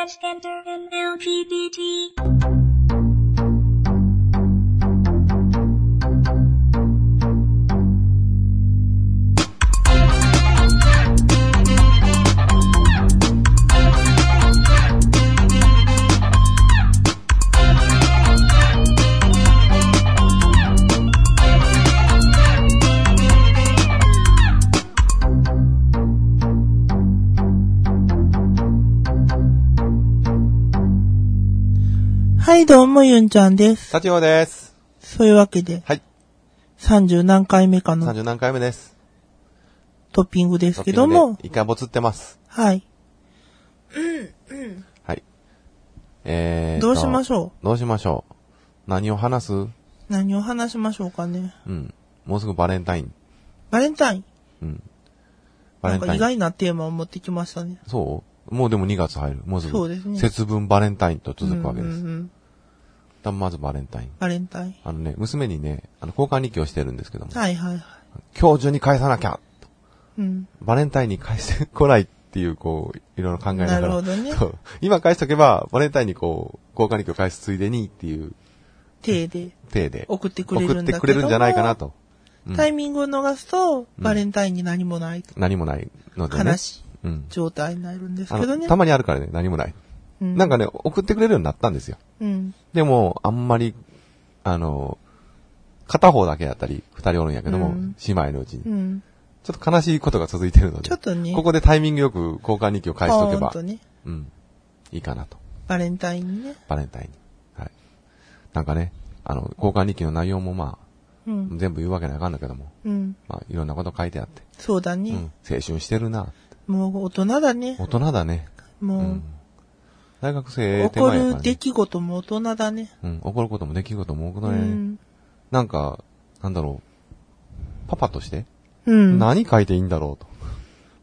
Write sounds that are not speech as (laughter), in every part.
transgender and LGBT. はい、どうも、ゆんちゃんです。タチオです。そういうわけで、はい。 30何回目かの30何回目です。トッピングですけども、一回ぼつってます。はい。はい。えーとどうしましょどうしましょう。何を話すうう何を話しましょうかね。ん。もうすぐバレンタイン。バレンタイン。うん。バなレんかンタイ意ン。外なテーマを持ってきましたね。そうもうでも2月入る。もうすぐ。そうですね節分バレンタインと続くわけです。うんうんうんだまずバレンタイン。バレンタイン。あのね、娘にね、あの、交換日記をしてるんですけども、はいはいはい。今日中に返さなきゃうん。バレンタインに返してこないっていう、こう、いろいろ考えながら。なるほどねそう今返しとけば、バレンタインにこう、交換日記を返すついでにっていう手で体で。送ってくれるんだけども送ってくれるんじゃないかなと。うんタイミングを逃すと、バレンタインに何もないと。何もないのでね。悲しいうん。状態になるんですあけどの、ねた。まにあるからね、何もない。うんなんかね、送ってくれるようになったんですよ。うん。でも、あんまり、あの、片方だけだったり、二人おるんやけどうも、ん姉妹のうちにう。ん。ちょっと悲しいことが続いてるので。ちょっとねここでタイミングよく交換日記を返しとけポーばン、とね、うん。いいかなと。バレンタインにね。バレンタインに。はい。なんかね、あの、交換日記の内容もまうあ、ん。全部言うわけにはいかんだけども、うん。まあ、いろんなこと書いてあって、そうだうんね。。青春してるな。もう大人だね。大人だね。うもう、ん。大学生起手こ前やから、るね。出来事も大人だね。うん、怒ることもできることも多くうない、ん。なんか、なんだろう。パパとして、うん。何書いていいんだろうと。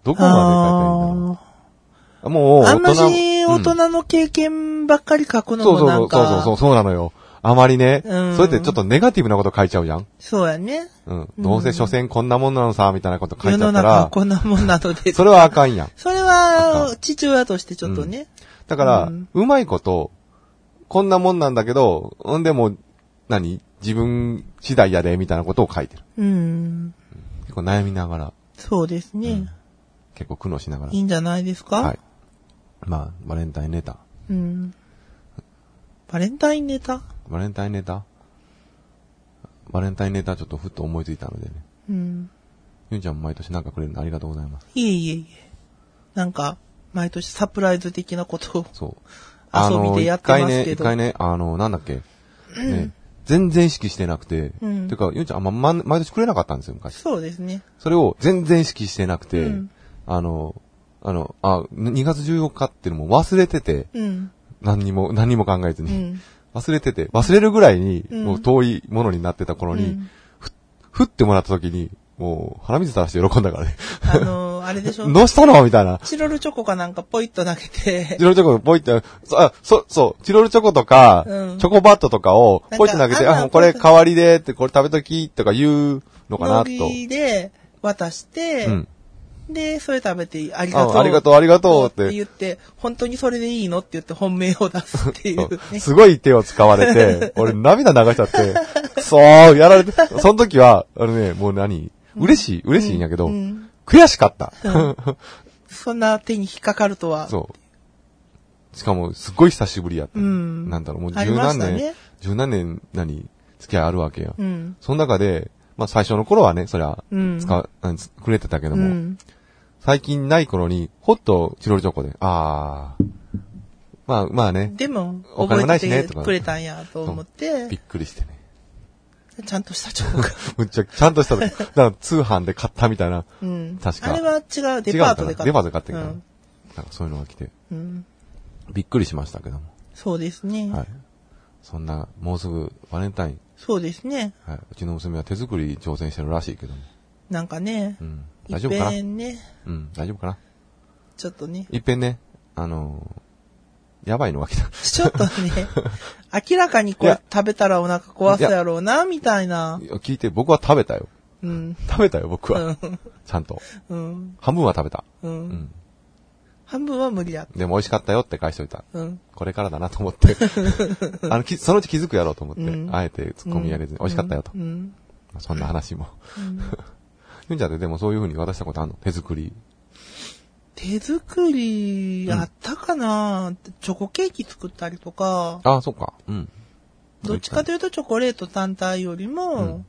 どこまで書いていいんだろうああ。もう、ーあんま大し人。大うん人の経験ばっかり書くのそうもそうなそんう、そうそうか、そう、そうなのよ。あまりね、うんそれってちょっとネガティブなこと書いちゃうじゃんそうやね。うん。うんどうせ所詮こんなもんなのさ、みたいなこと書世いちのゃった中はら、こんなもんなので。それはあかんやん。それあかは、ん父親としてちょっとね。だから、ううんまいこと、こんなもんなんだけど、んでも、何自分次第やで、みたいなことを書いてる。うん。結構悩みながら、そうですね、結構苦悩しながらいい。んじゃないですか、はい。まあ、バレンタインネタ。うん。バレンタインネタバレンタインネタバレンタインネタちょっとふっと思いついたのでね。うん。ゆんちゃんも毎年なんかくれるのありがとうございます。いえいえいえ。なんか、毎年サプライズ的なことを。そう。あ遊のびでやってますけど一回ね、一回ね、あの、なんだっけ。ね、全然意識してなくて。うんてか、ゆんちゃんあんま、ま、毎年くれなかったんですよ、昔。そうですね。それを全然意識してなくて、うんあの、あの、あ、2月14日っていうのも忘れてて、うん。何にも、何にも考えずうに。ん。忘れてて、忘れるぐらいに、うんもう遠いものになってた頃に、うんふ、ふってもらった時に、もう、鼻水垂らして喜んだからね。あのー、あれでしょどうした (laughs) のみたいな。チロルチョコかなんかポイッと投げてチ、ロルチョコ、ポイって、そあ、そ、そう、チロルチョコとか、うんチョコバットとかをなんか、ポイって投げて、あんなあ、もうこれ代わりで、って、これ食べとき、とか言うのかな、のと。ぎで渡して、うん。で、それ食べてありがとう。あありがとう、ありがとうって。言って、本当にそれでいいのって言って本命を出すっていう (laughs) そうね。すごい手を使われて、俺涙流しちゃって、くそー、やられて、その時は、あのね、もう何嬉しい、嬉しいんやけど、うん悔しかった。 (laughs) そんな手に引っかかるとは。そう。しかも、すっごい久しぶりやった。うんなんだろう、もうあり十まし何た年、ね十何年、何、付き合いあるわけよ。うん。その中で、まあ最初の頃はね、そりゃ、うん使う、うんつくれてたけどうも、ん。最近ない頃に、ほっとチロルチョコで、あー。まあ、まあね、でも、お金覚もなえいしねててくれたんやと思ってび、っくりしてね。ちゃんとしたチョ (laughs) コが。むっちゃ、ちゃんとした、だから通販で買ったみたいな。うん。確かあれは違う、デ違うパーのかトなで買った。デパートで買ってきたうのんなんかそういうのが来て、うん。びっくりしましたけども。そうですね。はい。そんな、もうすぐバレンタイン。そうですね。はい。うちの娘は手作り挑戦してるらしいけども。なんかねう、ん。い大っ丈夫かなぺんね、うん、大丈夫かなちょっとね、いっぺんね、あのーやばいのが来た。ちょっとね、 (laughs) 明らかにこいうや食べたらお腹壊すやろうな、みたいな。いや聞いて、僕は食べたよ。うん。食べたよ、僕うは。んちゃんと。うん。半分は食べた。う。うんん。半分は無理だ。でも美味しかったよって返しといた。うん。これからだなと (laughs) 思って。あの、きそのうち気づくやろうと思って、うんあえて突っ込み上げずに、美味しかったよと。うん。そんな話も。うんゆんちゃんってでもそういう風に渡したことあんの手作り。手作りあったかな、チョコケーキ作ったりとか、ああ、そっか。うん。どっちかというとチョコレート単体よりうんも、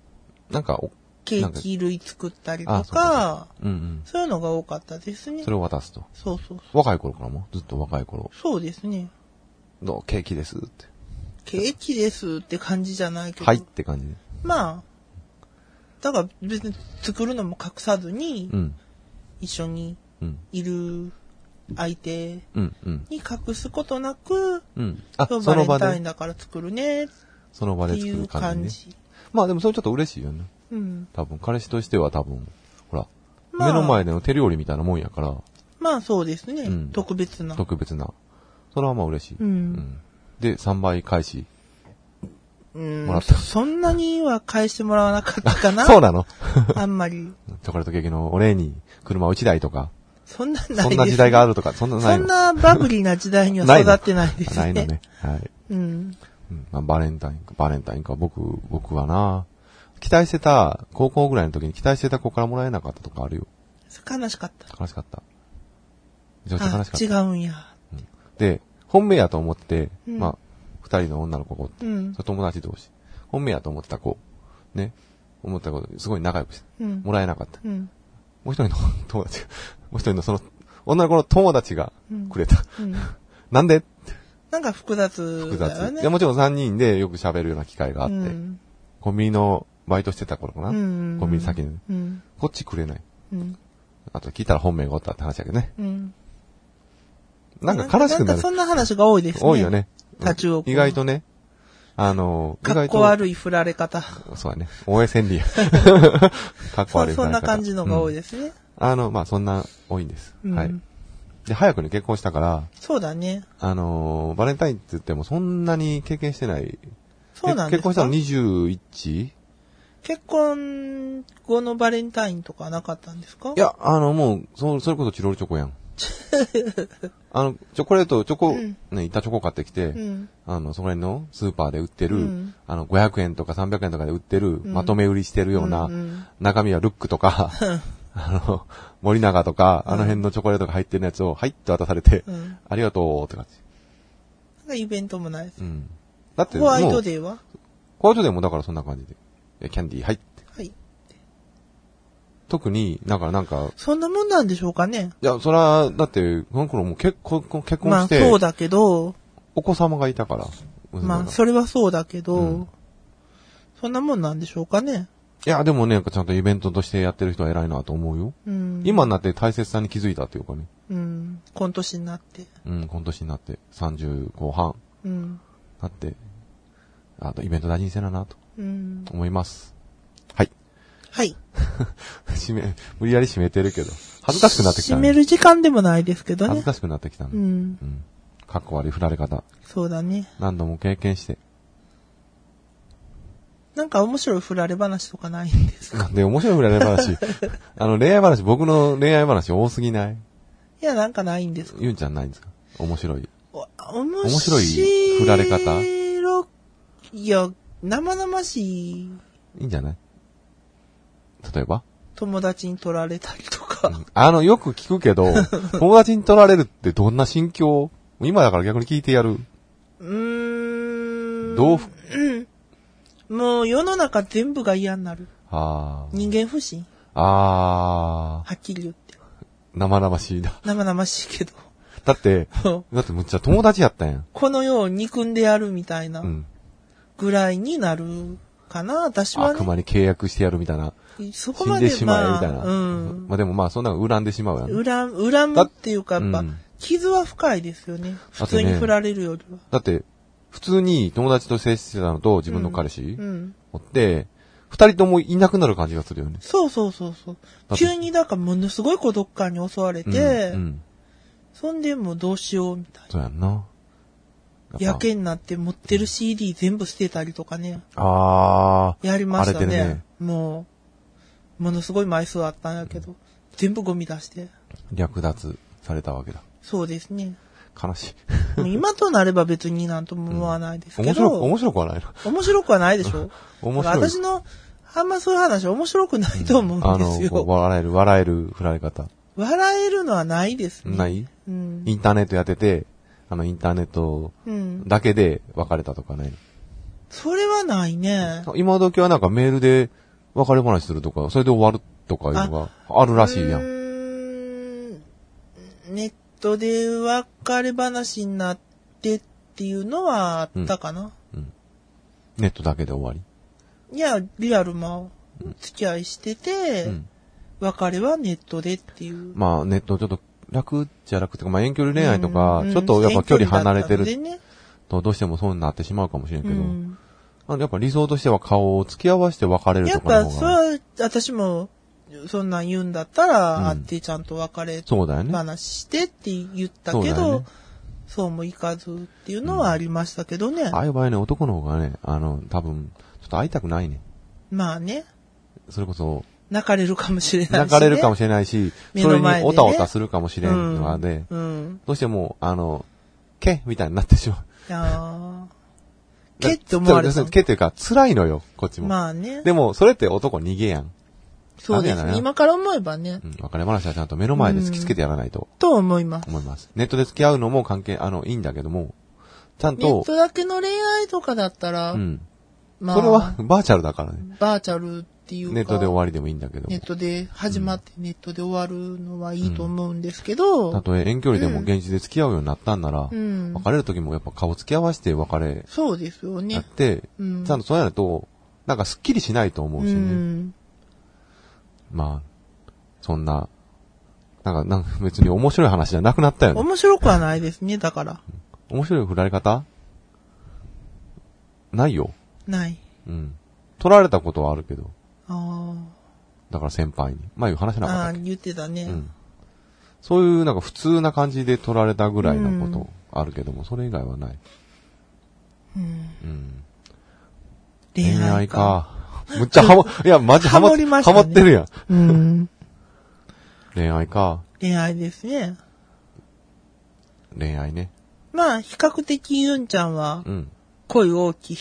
なんか、おケーキ類作ったりとあか、そそううかうんうん。いうのが多かったですね。そそうれを渡すと。そうそう。若い頃からもずっと若い頃そうですね。のケーキですって。ケーキですって感じじゃないけど、はいって感じで。まあ、だから別に作るのも隠さずに、うん。一緒にうん。いる相手うん。うん。に隠すことなく、うん。あ、今日そのバレ場ンタイでン、だから作るねっその場てでい作るう感じ感ね。じ。まあでもそれちょっと嬉しいよね。うん。多分、彼氏としては多分、ほら、まあ目の前での手料理みたいなもんやから、まあそうですね。うん特別な。特別な。それはまあ嬉しい。うんで、3倍返し。うんもらったそんなには返してもらわなかったかな (laughs) そうなのあんまり。チョコレートケーキのお礼に、車1台とか、そんなないです、そんな時代があるとか、そんななそいんのなバブリーな時代にはないの育ってないですね。ないのね。はい。うん。うんまあ、バレンタインか、バレンタインか、僕、僕はな、期待してた、高校ぐらいの時に期待してた子からもらえなかったとかあるよ。悲しかった。悲しかった。めちゃくちゃあ悲しかっ違た。うんや。で、本命やと思って、うんまあ、二人の女の子がうん。友達同士、本命やと思ってた子、ね、思った子、すごい仲良くして、うん。もらえなかった。うん。もう一人の友達が、 (laughs) もう一人のその、女の子の友達がくれた。うん。なんでなんか複雑複だよ雑。ね。いや、もちろん三人でよく喋るような機会があって、うんコンビニのバイトしてた頃かな、うんコンビニ先に。うん。こっちくれない。うん。あと聞いたら本命がおったって話だけどね。うん。なんか悲しくななんかる。そんな話が多いですね。多いよ。ね。立ち往生意外とね。あの、意かっ外と。こ悪い振られ方。そうだね。応 (laughs) 援戦理や。かっこそ悪うい。そんな感じのが多いす。ですね。あの、まあ、そんな、多いんです。うんはい。で、早くに結婚したから、そうだね。あのーバレンタインって言ってもそんなに経験してない。そうなんけです結か婚したの 21? い結婚後のバレンタインとかなかったんですか、や、あの、もう、そ、それこそチロルチョコや (laughs) ん。あの、チョコレート、チョコ、うんね、板チョコ買ってきて、うん。あの、そこら辺のスーパーで売ってる、うんあの、500円とか300円とかで売ってる、んまとめ売りしてるような、うんうん中身はルックとか、あの、森永とか、あの辺のチョコレートが入ってるやつを、はいって渡されて、うん。なんありがとうって感かイベントもないですじ。。うん。だって、ホワイもトうデーはホワイトデーもだからそんな感じで。えキャンディー、はいって。はい。特に、だからなんか、そんなもんなんでしょうかね。いや、そら、だって、この頃もう結婚、結婚ましあて、そうだけど、お子様がいたから。まあ娘がそれはそうだけど、うんそんなもんなんでしょうかね。いや、でもね、なんかちゃんとイベントとしてやってる人は偉いなと思うよ。うん。今になって大切さに気づいたというかね。うん。今年になって。うん、今年になって、30後半、うん。なって、あとイベント大事にせななとうん。思います。はい。はい。 (laughs) 締め、無理やり締めてるけど、恥ずかしくなってき閉たね、める時間でもないですけど恥ねず。かしくなってきたね。ううん。ん。かっこ悪い振られ方。そうだね。何度も経験して。なんか面白い振られ話とかないんですかで、面白い振られ話。 (laughs) あの、恋愛話、僕の恋愛話多すぎないいや、なんかないんですかゆうんちゃんないんですか面白い。お面面白い振られ方面白いや、生々しいいいんじゃない例えば、友達に取られたりとか。あの、よく聞く (laughs) けど、友達に取られるってどんな心境今だから逆に聞いてやる。うーん。どうふ、もう世の中全部が嫌になる。あー人間不信あはっきり言って。ー、生々しいな。生々しいけど。 (laughs) だって、だってむっちゃ友達やったやん。この世を憎んでやるみたいなうん。ぐらいになるかな、私は悪魔ね。に契約してやるみたいな。そこ死んまでで、しまえ、まみあ、たいな。うん。まあでもまあ、そんなの恨んでしまうやん。恨む、恨むっていうか、やっぱ、うん傷は深いですよね。普あとね通に振られるよりは。だって、普通に友達と接してたのと自分の彼氏うん。おって、二人ともいなくなる感じがするよね。そうそうそうそだう。って急にだからものすごい孤独感に襲われうんて、うん。そんでもうどうしようみたいな。そうやんな。やけになって持ってる CD 全部捨てたりとかね。あー。やりましたね。荒れてるねもう、ものすごい枚数あったんやけど、全部ゴミ出して。略奪されたわけだ。そうですね。悲しい。もう今となれば別になんとも思わないですけど。面白く、面白くはないな。面白くはないでしょ面だから白私。いの、あんまそういう話面白くないと思うんですこよ。う笑える、笑える振られ方。笑えるのはないですね。ないうん。インターネットやってて、あの、インターネットうん。だけで別れたとかないそれはないね。今時はなんかメールで別れ話するとか、それで終わるとかいうのがあるらしいやうーん。んネットで別れ話になってっていうのはあったかな。ネットだけで終わいや、リアルも付き合いしてて、り。うん。別れはネットでっていう。まあ、ネットちょっと楽じゃ楽っていうか、まあ遠距離恋愛とか、ちょっとやっぱ距離離れてるとどうしてもそうになってしまうかもしれんけど、あのやっぱ理想としては顔を付き合わせて別れるやとっかぱ、のそ方が。れは、私も、そんなん言うんだったうんら、会ってちゃんと別れそうだよね。話してって言ったそうだけよどね、そうもいかずっていうのはありましたけどねあ。あいう場合ね、男の方がね、あの、多分、ちょっと会いたくないね。まあね、それこそ、泣かれるかもしれないしね。泣かれるかもしれないし、目それのに前でねおたおたするかもしれんので、うん。どうしても、あの、けみたいになってしまう。ああ。けって思われそたう。けっていうか、辛いのよ、こっちも。まあね。でも、それって男逃げやん。そうですあれやね。な今から思えばねう。ん、別れ話はちゃんと目の前で突きつけてやらないとと思います。思います。ネットで付き合うのも関係、あの、いいんだけども、ちゃんネッと、トだけの恋愛とかだったら、うん。まあ、それは、バーチャルだからね。バーチャルっていうか、ネットで終わりでもいいんだけどネッ。トで始まってネットで終わるのはいいと思うんですけど、たとえ遠距離でも現実で付き合うようになったんなら、うん別れる時もやっぱ顔付き合わせて別れそうですよやっね。て、うんちゃんとそうやると、なんかスッキリしないと思ううしね。ん。まあ、そんな、なんか、なんか別に面白い話じゃなくなったよね。面白くはないですね、だから。面白い振られ方ないよ。ない。うん。取られたことはあるけど。あだから先輩に。前話しあ。なあかあっー、言ってたね。た。うん。そういうなんか普通な感じで取られたぐらいのことあるけども、それ以外はない。うんうん。恋愛か。か。むっち (laughs) ゃハモ、いや、マジハモ、ハモりましたハねモってるやん。うん。恋愛か。恋愛ですね。恋愛ね。まあ、比較的ユンちゃんはうん。恋大きい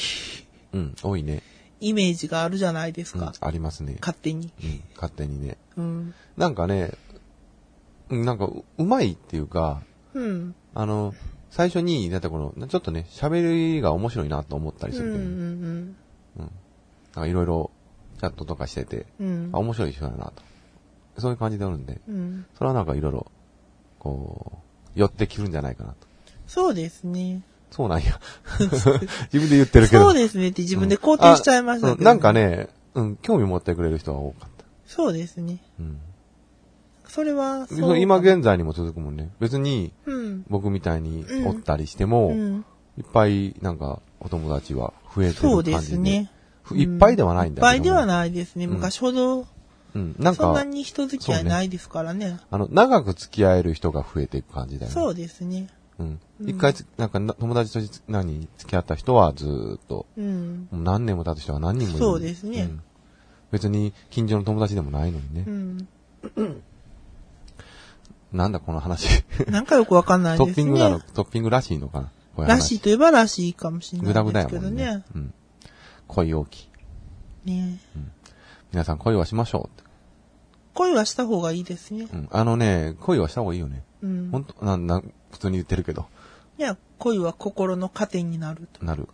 うん。多いね。イメージがあるじゃないですうんか。ありますね。勝手に。うん。勝手にね。うん。なんかね、うんなんかう、うまいっていうか、うん。あの、最初に、だってこの、なちょっとね、喋りが面白いなと思ったりうんすうるけど、んなんかいろいろチャットとかしてて、うん。うんあ、。面白い人だなと。そういう感じであるんで、うん。それはなんかいろいろ、こう、寄ってきるんじゃないかなと。そうですね。そうなんや。 (laughs) 自分で言ってるけど。そうですねって自分で肯定しちゃいましたあけうど、んなんか。ね、うん、興味持ってくれる人が多かった。そうですね。うん。それは、そそうう。今現在にも続くもんね。別に、うん。僕みたいにおったりしても、うん。いっぱい、なんか、お友達は増えてる感じで。そうですね。ふ。いっぱいではないんだけども。いっぱいではないですね。うん昔ほど、うん。なんそんかな、に人付き合いないですからね。あの、長く付き合える人が増えていく感じだよね。そうですね。うん。うん一回つ、なんかな、友達とし何、付き合った人はずーっと、うん。もう何年も経つ人は何人もいる。そうですねん別に、近所の友達でもないのにねう。ん。なんだこの (laughs) 話。なんかよくわかんないでトすね。ッピングなの、トッピングらしいのかな。こうう話らしい。といえばらしいかもしれぐなだいぐでだやすけもどんねね。。うん。恋大きい。ね皆さん恋はしましょうって。恋はした方がいいですねう。ん。あのね、恋はした方がいいよね。うん。本当なん、なん、普通に言ってるけど、いや、恋は心の糧になると。なる。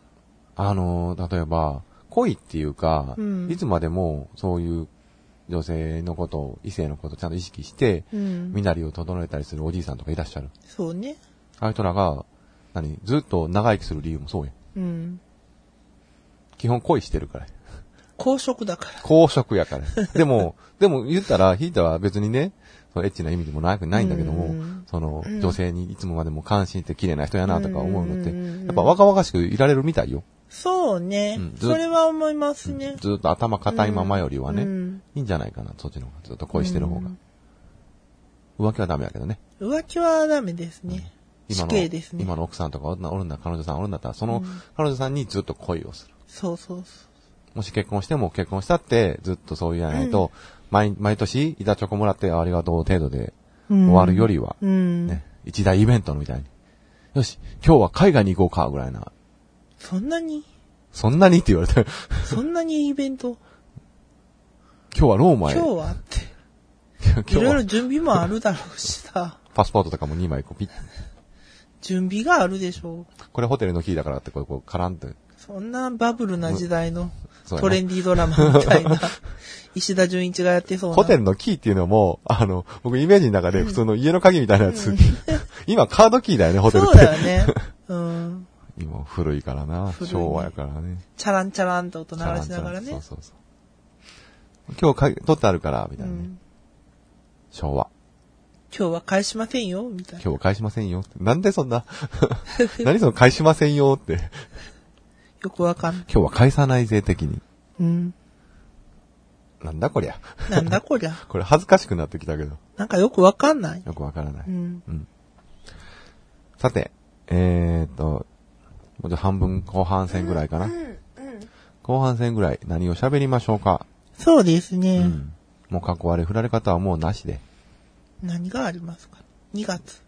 あのー、例えば、恋っていうか、うんいつまでも、そういう、女性のことを、異性のことをちゃんと意識して、うん身。なりを整えたりするおじいさんとかいらっしゃる。そうね。ああいう人らが、何、ずっと長生きする理由もそうやん。うん。基本恋してるから。公職だから。公職やから。 (laughs) でも、でも言ったら、ひいたは別にね、そのエッチな意味でもなくないんだけども、うんその、うん女性にいつもまでも関心って綺麗な人やなとか思うのって、うんやっぱ若々しくいられるみたいよ。そうねうん。ずそれは思いますね。ずっと頭固いままよりはね、うんいいんじゃないかな、そっちの方が。ずっと恋してる方が。浮気はダメだけどね。浮気はダメですね。死今刑の、ですね今。の奥さんとかおるなおるんだ、彼女さんおるんだったら、その、彼女さんにずっと恋をする。そうそうそもし結婚しても結婚したって、ずっとそう言わないと、毎、毎年、板チョコもらってありがとう程度でう。終わるより。りは、うん。ね、一大イベントみたいに。よし、今日は海外に行こうか、ぐらいな。そんなにそんなにって言われて、 (laughs) そんなにイベント今日はロー今マへ。日はって。 (laughs) 今日いろいろは準備もあるだろうしさ。パスポートとかも2枚こうピッ。準備があるでしょう。これホテルのキーだからってこう、こう、カランって。そんなバブルな時代のそうやなトレンディードラマみた (laughs) いな、石田純一がやってそうな。ホテルのキーっていうのも、あの、僕イメージの中で普通の家の鍵みたいなやつ。 (laughs) 今カードキーだよね、ホテルっそうて。だよね。うん。今古いからな。古いね昭和やからね。チャランチャランと音鳴らしながらそうね。そうそう。今日か取ってあるから、みうたいなね。ん昭和。今日は返しませんよ、みたいな。今日は返しませんよって。なんでそんな、 (laughs) 何その返しませんよって。よくわかんない。今日は返さないぜ的に。うん。なんだこりゃ。なんだこりゃ。これ恥ずかしくなってきたけど。なんかよくわかんない。。よくわからないうん。さて、えーっと、もうちょっと半分後半戦ぐらいかな。後半戦ぐらい何を喋りましょうか。そうですね。うん。もう過去あれ振られ方はもうなしで。何がありますか ?2 月。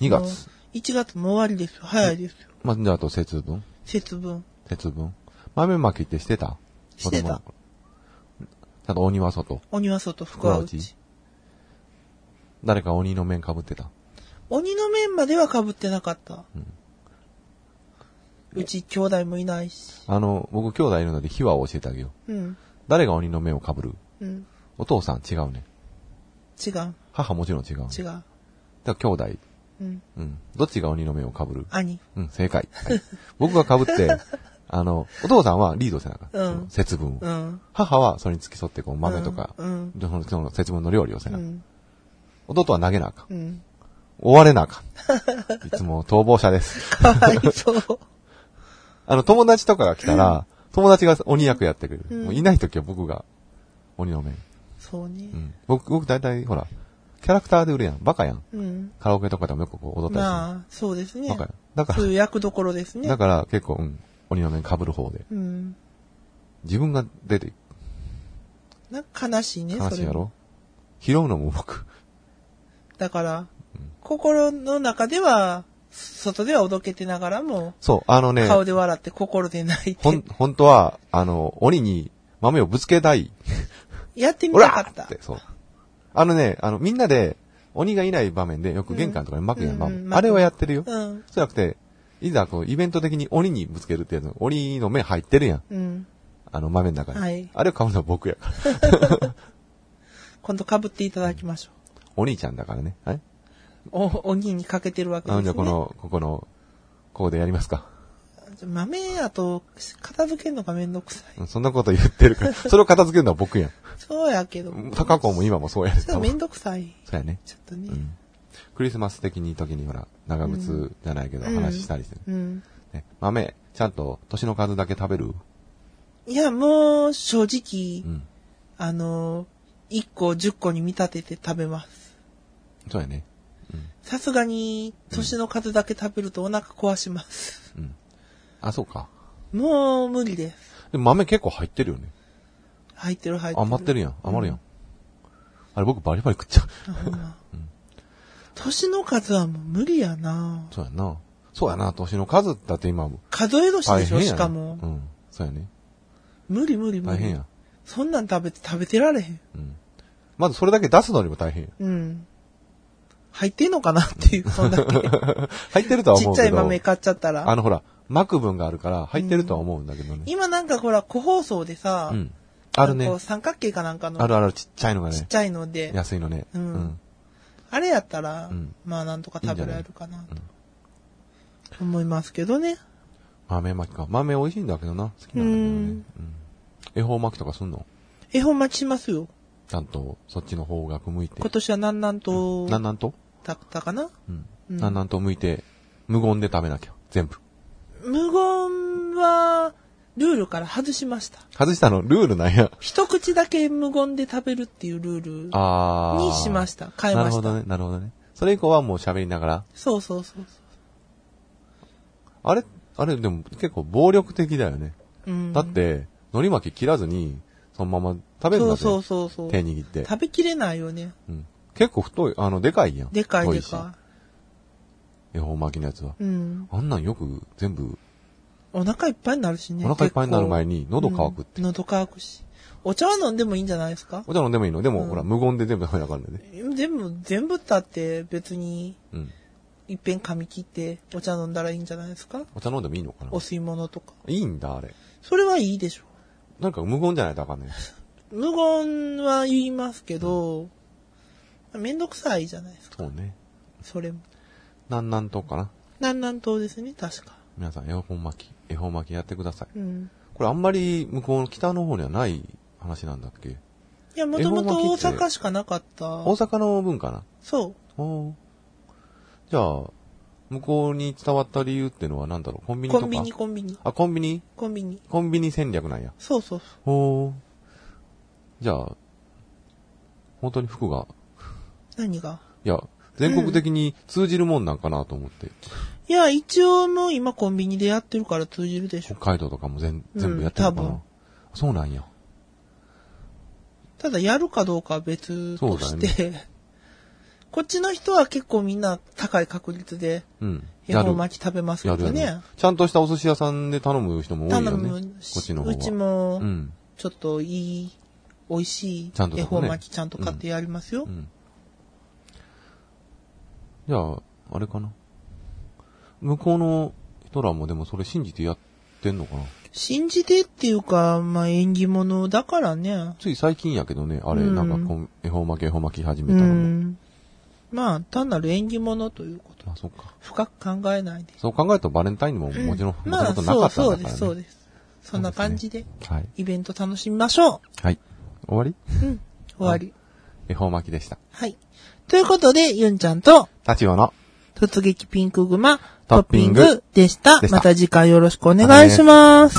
2月。。 1月も終わりですよ。早いですよ。まあ、じゃああと節分節分。節分豆まきってしてたしてた子供の頃あと鬼は外。鬼は外、福は福は内内。誰か鬼の面被ってた。鬼の面までは被ってなかった。うち兄弟もいないし。あの、僕兄弟いるので秘話を教えてあげよう。うん。誰が鬼の面を被るうん。お父さん違うね。違う。母もちろん違う、ね。違う。だから兄弟。うん。うん。どっちが鬼の面を被る兄。うん、正解。はい僕が被 (laughs) って、あの、お父さんはリードしてなかった。うんその節分を。うん。母はそれに付き添って、こう、豆とか、うん。でそのその節分の料理をせうなあかん、ん。弟は投げなあかん。うん。追われなあかん。いつも逃亡者で (laughs) す。かわいそう。あの、友達とかが来たら、友達が鬼役やってくれる。うんもういない時は僕が、鬼の面。そうねう。ん。僕、僕大体、ほら、キャラクターで売るやん。バカやん。うん。カラオケとかでもよくこう踊ったまあ、そうですりすねる。バ。カやん。だかそうら、いう役どころですねだ。から結構、うん、鬼の面被る方で。うん。自分が出て、なんか悲しいね、悲そしいれやも。ろ拾うのも僕。だから、心の中では、外ではおどけてながらも、そう、あのね、顔で笑って心で泣いほんて、、本当は、あの、鬼に豆をぶつけたい。やってみうたらかったっ。て、そう。あのね、あの、みんなで、鬼がいない場面で、よく玄関とかに巻くやん、うんまうんあれはやってるよ。うん。そうじゃなくて、いざこう、イベント的に鬼にぶつけるっていうの、鬼の目入ってるやん。うん。あの、豆の中に。はいあれを買うのは僕やから。今度被っていただきましょお兄ちゃんだからね。はい。う。お、鬼にかけてるわけあですね。の、じゃあこの、ここの、ここでやりますか。豆やと、片付けるのがめんどくさい。うんそんなこと言ってるから、それを片付けるのは僕やん。そうやけど。高子も今もそうやでちょっとめんどくさい。そうやね。ちょっとねう。んクリスマス的に時にほら、長靴じゃないけど、うん話したりして、ねうん。豆、ちゃんと年の数だけ食べるいや、もう、正直、うん。あの、1個、10個に見立てて食べます。そうやね。さすがに、年の数だけ食べるとお腹壊します。うん。あ、そうか。もう、無理です。でも豆結構入ってるよね。入ってる入ってる。余ってるやん。余るやん。あれ僕バリバリ食っちゃう。あほんま年の数はもう無理やなそうやな。そうやな。年の数だって今も。数え年大でし変ょ、や、ね。しかもう。ん。そうやね。無理無理無大理。変や。そんなん食べて食べてられへん。うん。まずそれだけ出すのにも大変や。うん。入ってんのかなって (laughs) いう、そんだけ。ち入ってるとは思っうちゃけいど。豆買っちゃったあら。のほら、巻く分があるから入ってるとは思うんだけどね。今なんかほら、個包装でさ、うん。あるこねう。三角形かなんかの、あるあるちっちゃいのがちっね。ちゃいので、安いのね。うんあれやったら、うんまあなんとか食べられるかなと。思いますけどね。豆巻きか。豆美味しいんだけどな。好きなんだけどね。うん。恵方巻きとかすんの絵本待ちしますよ。ちゃんと、そっちの方角向いて今。年は南南東なんなんとだったかな。うん。うんなんなんと向いて、無言で食べなきゃ。全部。無言は、ルールから外しました。外したの、ルールなんや。一口だけ無言で食べるっていうルールあー。にしました。変えなまるしほた。どね、なるほどね。それ以降はもう喋りながら。そうそうそうあれ、あれ、でも結構暴力的だよね。そう。うん。だって、海苔巻き切らずに、そのまま食べるんそだうぜ。そうそうそう。手握って。食べきれないよね。うん。結構太い、あの、でかいやん。でかい太でしか恵方巻きのやつは。うん。あんなんよく全部、お腹いっぱいになるしね。お腹いっぱいになる前にに喉乾くって。喉乾くし。お茶は飲んでもいいんじゃないですかお茶飲んでもいいのでも、うんほら、無言で全部食べなあかんでね。全部、全部だって別に、うん。いっぺん噛み切ってお茶飲んだらいいんじゃないですかお茶飲んでもいいのかなお吸い物とか。いいんだ、あれ。それはいいでしょ。なんか無言じゃないとあかんね。無言は言いますけど、めんどくさいじゃないですか。そうね。それも。なんなんとかな。南南東ですね、確か。皆さん、恵方巻き、恵方巻きやってください。うん。これあんまり向こうの北の方にはない話なんだっけいや、もともと大恵方巻きって阪しかなかった。大阪の分かなそう。おーじゃあ、向こうに伝わった理由ってのは何だろうコンビニとコかンビニ、コンビニ、あ、コンビニコンビニ。コンビニ戦略なんや。そうそうそおーじゃあ、本当に服が、う。何がいや、全国的に通じるもんなんかなと思って。いや、一応もう今コンビニでやってるから通じるでし北ょ。海道とかも全全部やってるのかな、うん多分そうなんや。ただやるかどうかは別としそうて、こっちの人は結構みんな高い確率で、うん。恵や方る。巻き食べますやけるどやる、ね。ちゃんとしたお寿司屋さんで頼む人も多いよ頼ね。むこっちの方は。うちうも、ん。ちょっといい、美味しいちゃんとね恵方巻きちゃんと買ってやりますよう。ん。じゃあ、あれかな。向こうの人らもでもそれ信じてやってんのかな。信じてっていうか、まあ縁起物だからね。つい最近やけどね、あれ、うんなんかこう、恵方巻き、恵方巻き始めうたのも。ん。まあ、単なる縁起物ということ。あ、そっか。深く考えないで。そう考えるとバレンタインももちろん、もとまもあ、となかそうそうったんだかでら、ね。す、そうです。そんな感じで、はい。イベント楽しみましょはい。終わりう。うん。終わり。恵方巻きでした。はい。ということで、ゆんちゃんと、立ちの。突撃ピンクグマ、トトッッピピンンググでした。でしたまた次回よろしくお願いします。